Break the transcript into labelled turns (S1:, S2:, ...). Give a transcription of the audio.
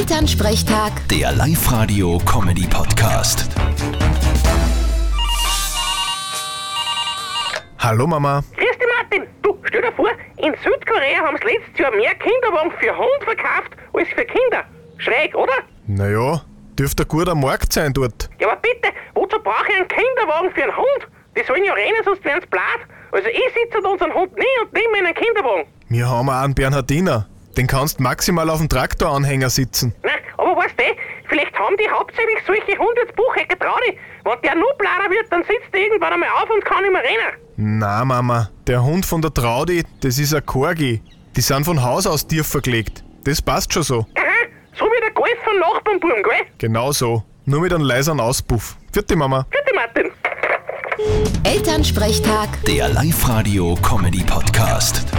S1: Elternsprechtag,
S2: Der Live-Radio-Comedy-Podcast.
S3: Hallo Mama.
S4: Grüß dich, Martin. Du, stell dir vor, in Südkorea haben sie letztes Jahr mehr Kinderwagen für Hund verkauft als für Kinder. Schräg, oder?
S3: Naja, dürfte ein guter Markt sein dort.
S4: Ja, aber bitte, wozu brauche ich einen Kinderwagen für einen Hund? Die sollen ja rennen, sonst werden sie blatt. Also ich sitze da unseren Hund nie und nehme einen Kinderwagen.
S3: Wir haben auch einen Bernhardiner. Den kannst maximal auf dem Traktoranhänger sitzen.
S4: Na, aber weißt du, vielleicht haben die hauptsächlich solche Hunde als Buchhecker Traudi. Wenn der nur blader wird, dann sitzt der irgendwann einmal auf und kann nicht mehr rennen.
S3: Na Mama, der Hund von der Traudi, das ist ein Korgi. Die sind von Haus aus tief verlegt. Das passt schon so.
S4: Aha, so wie der Golf von Nachbarnburm, gell?
S3: Genau so. Nur mit einem leiseren Auspuff. Vierte Mama.
S4: Bitte, Martin.
S1: Elternsprechtag.
S2: Der Live-Radio-Comedy-Podcast.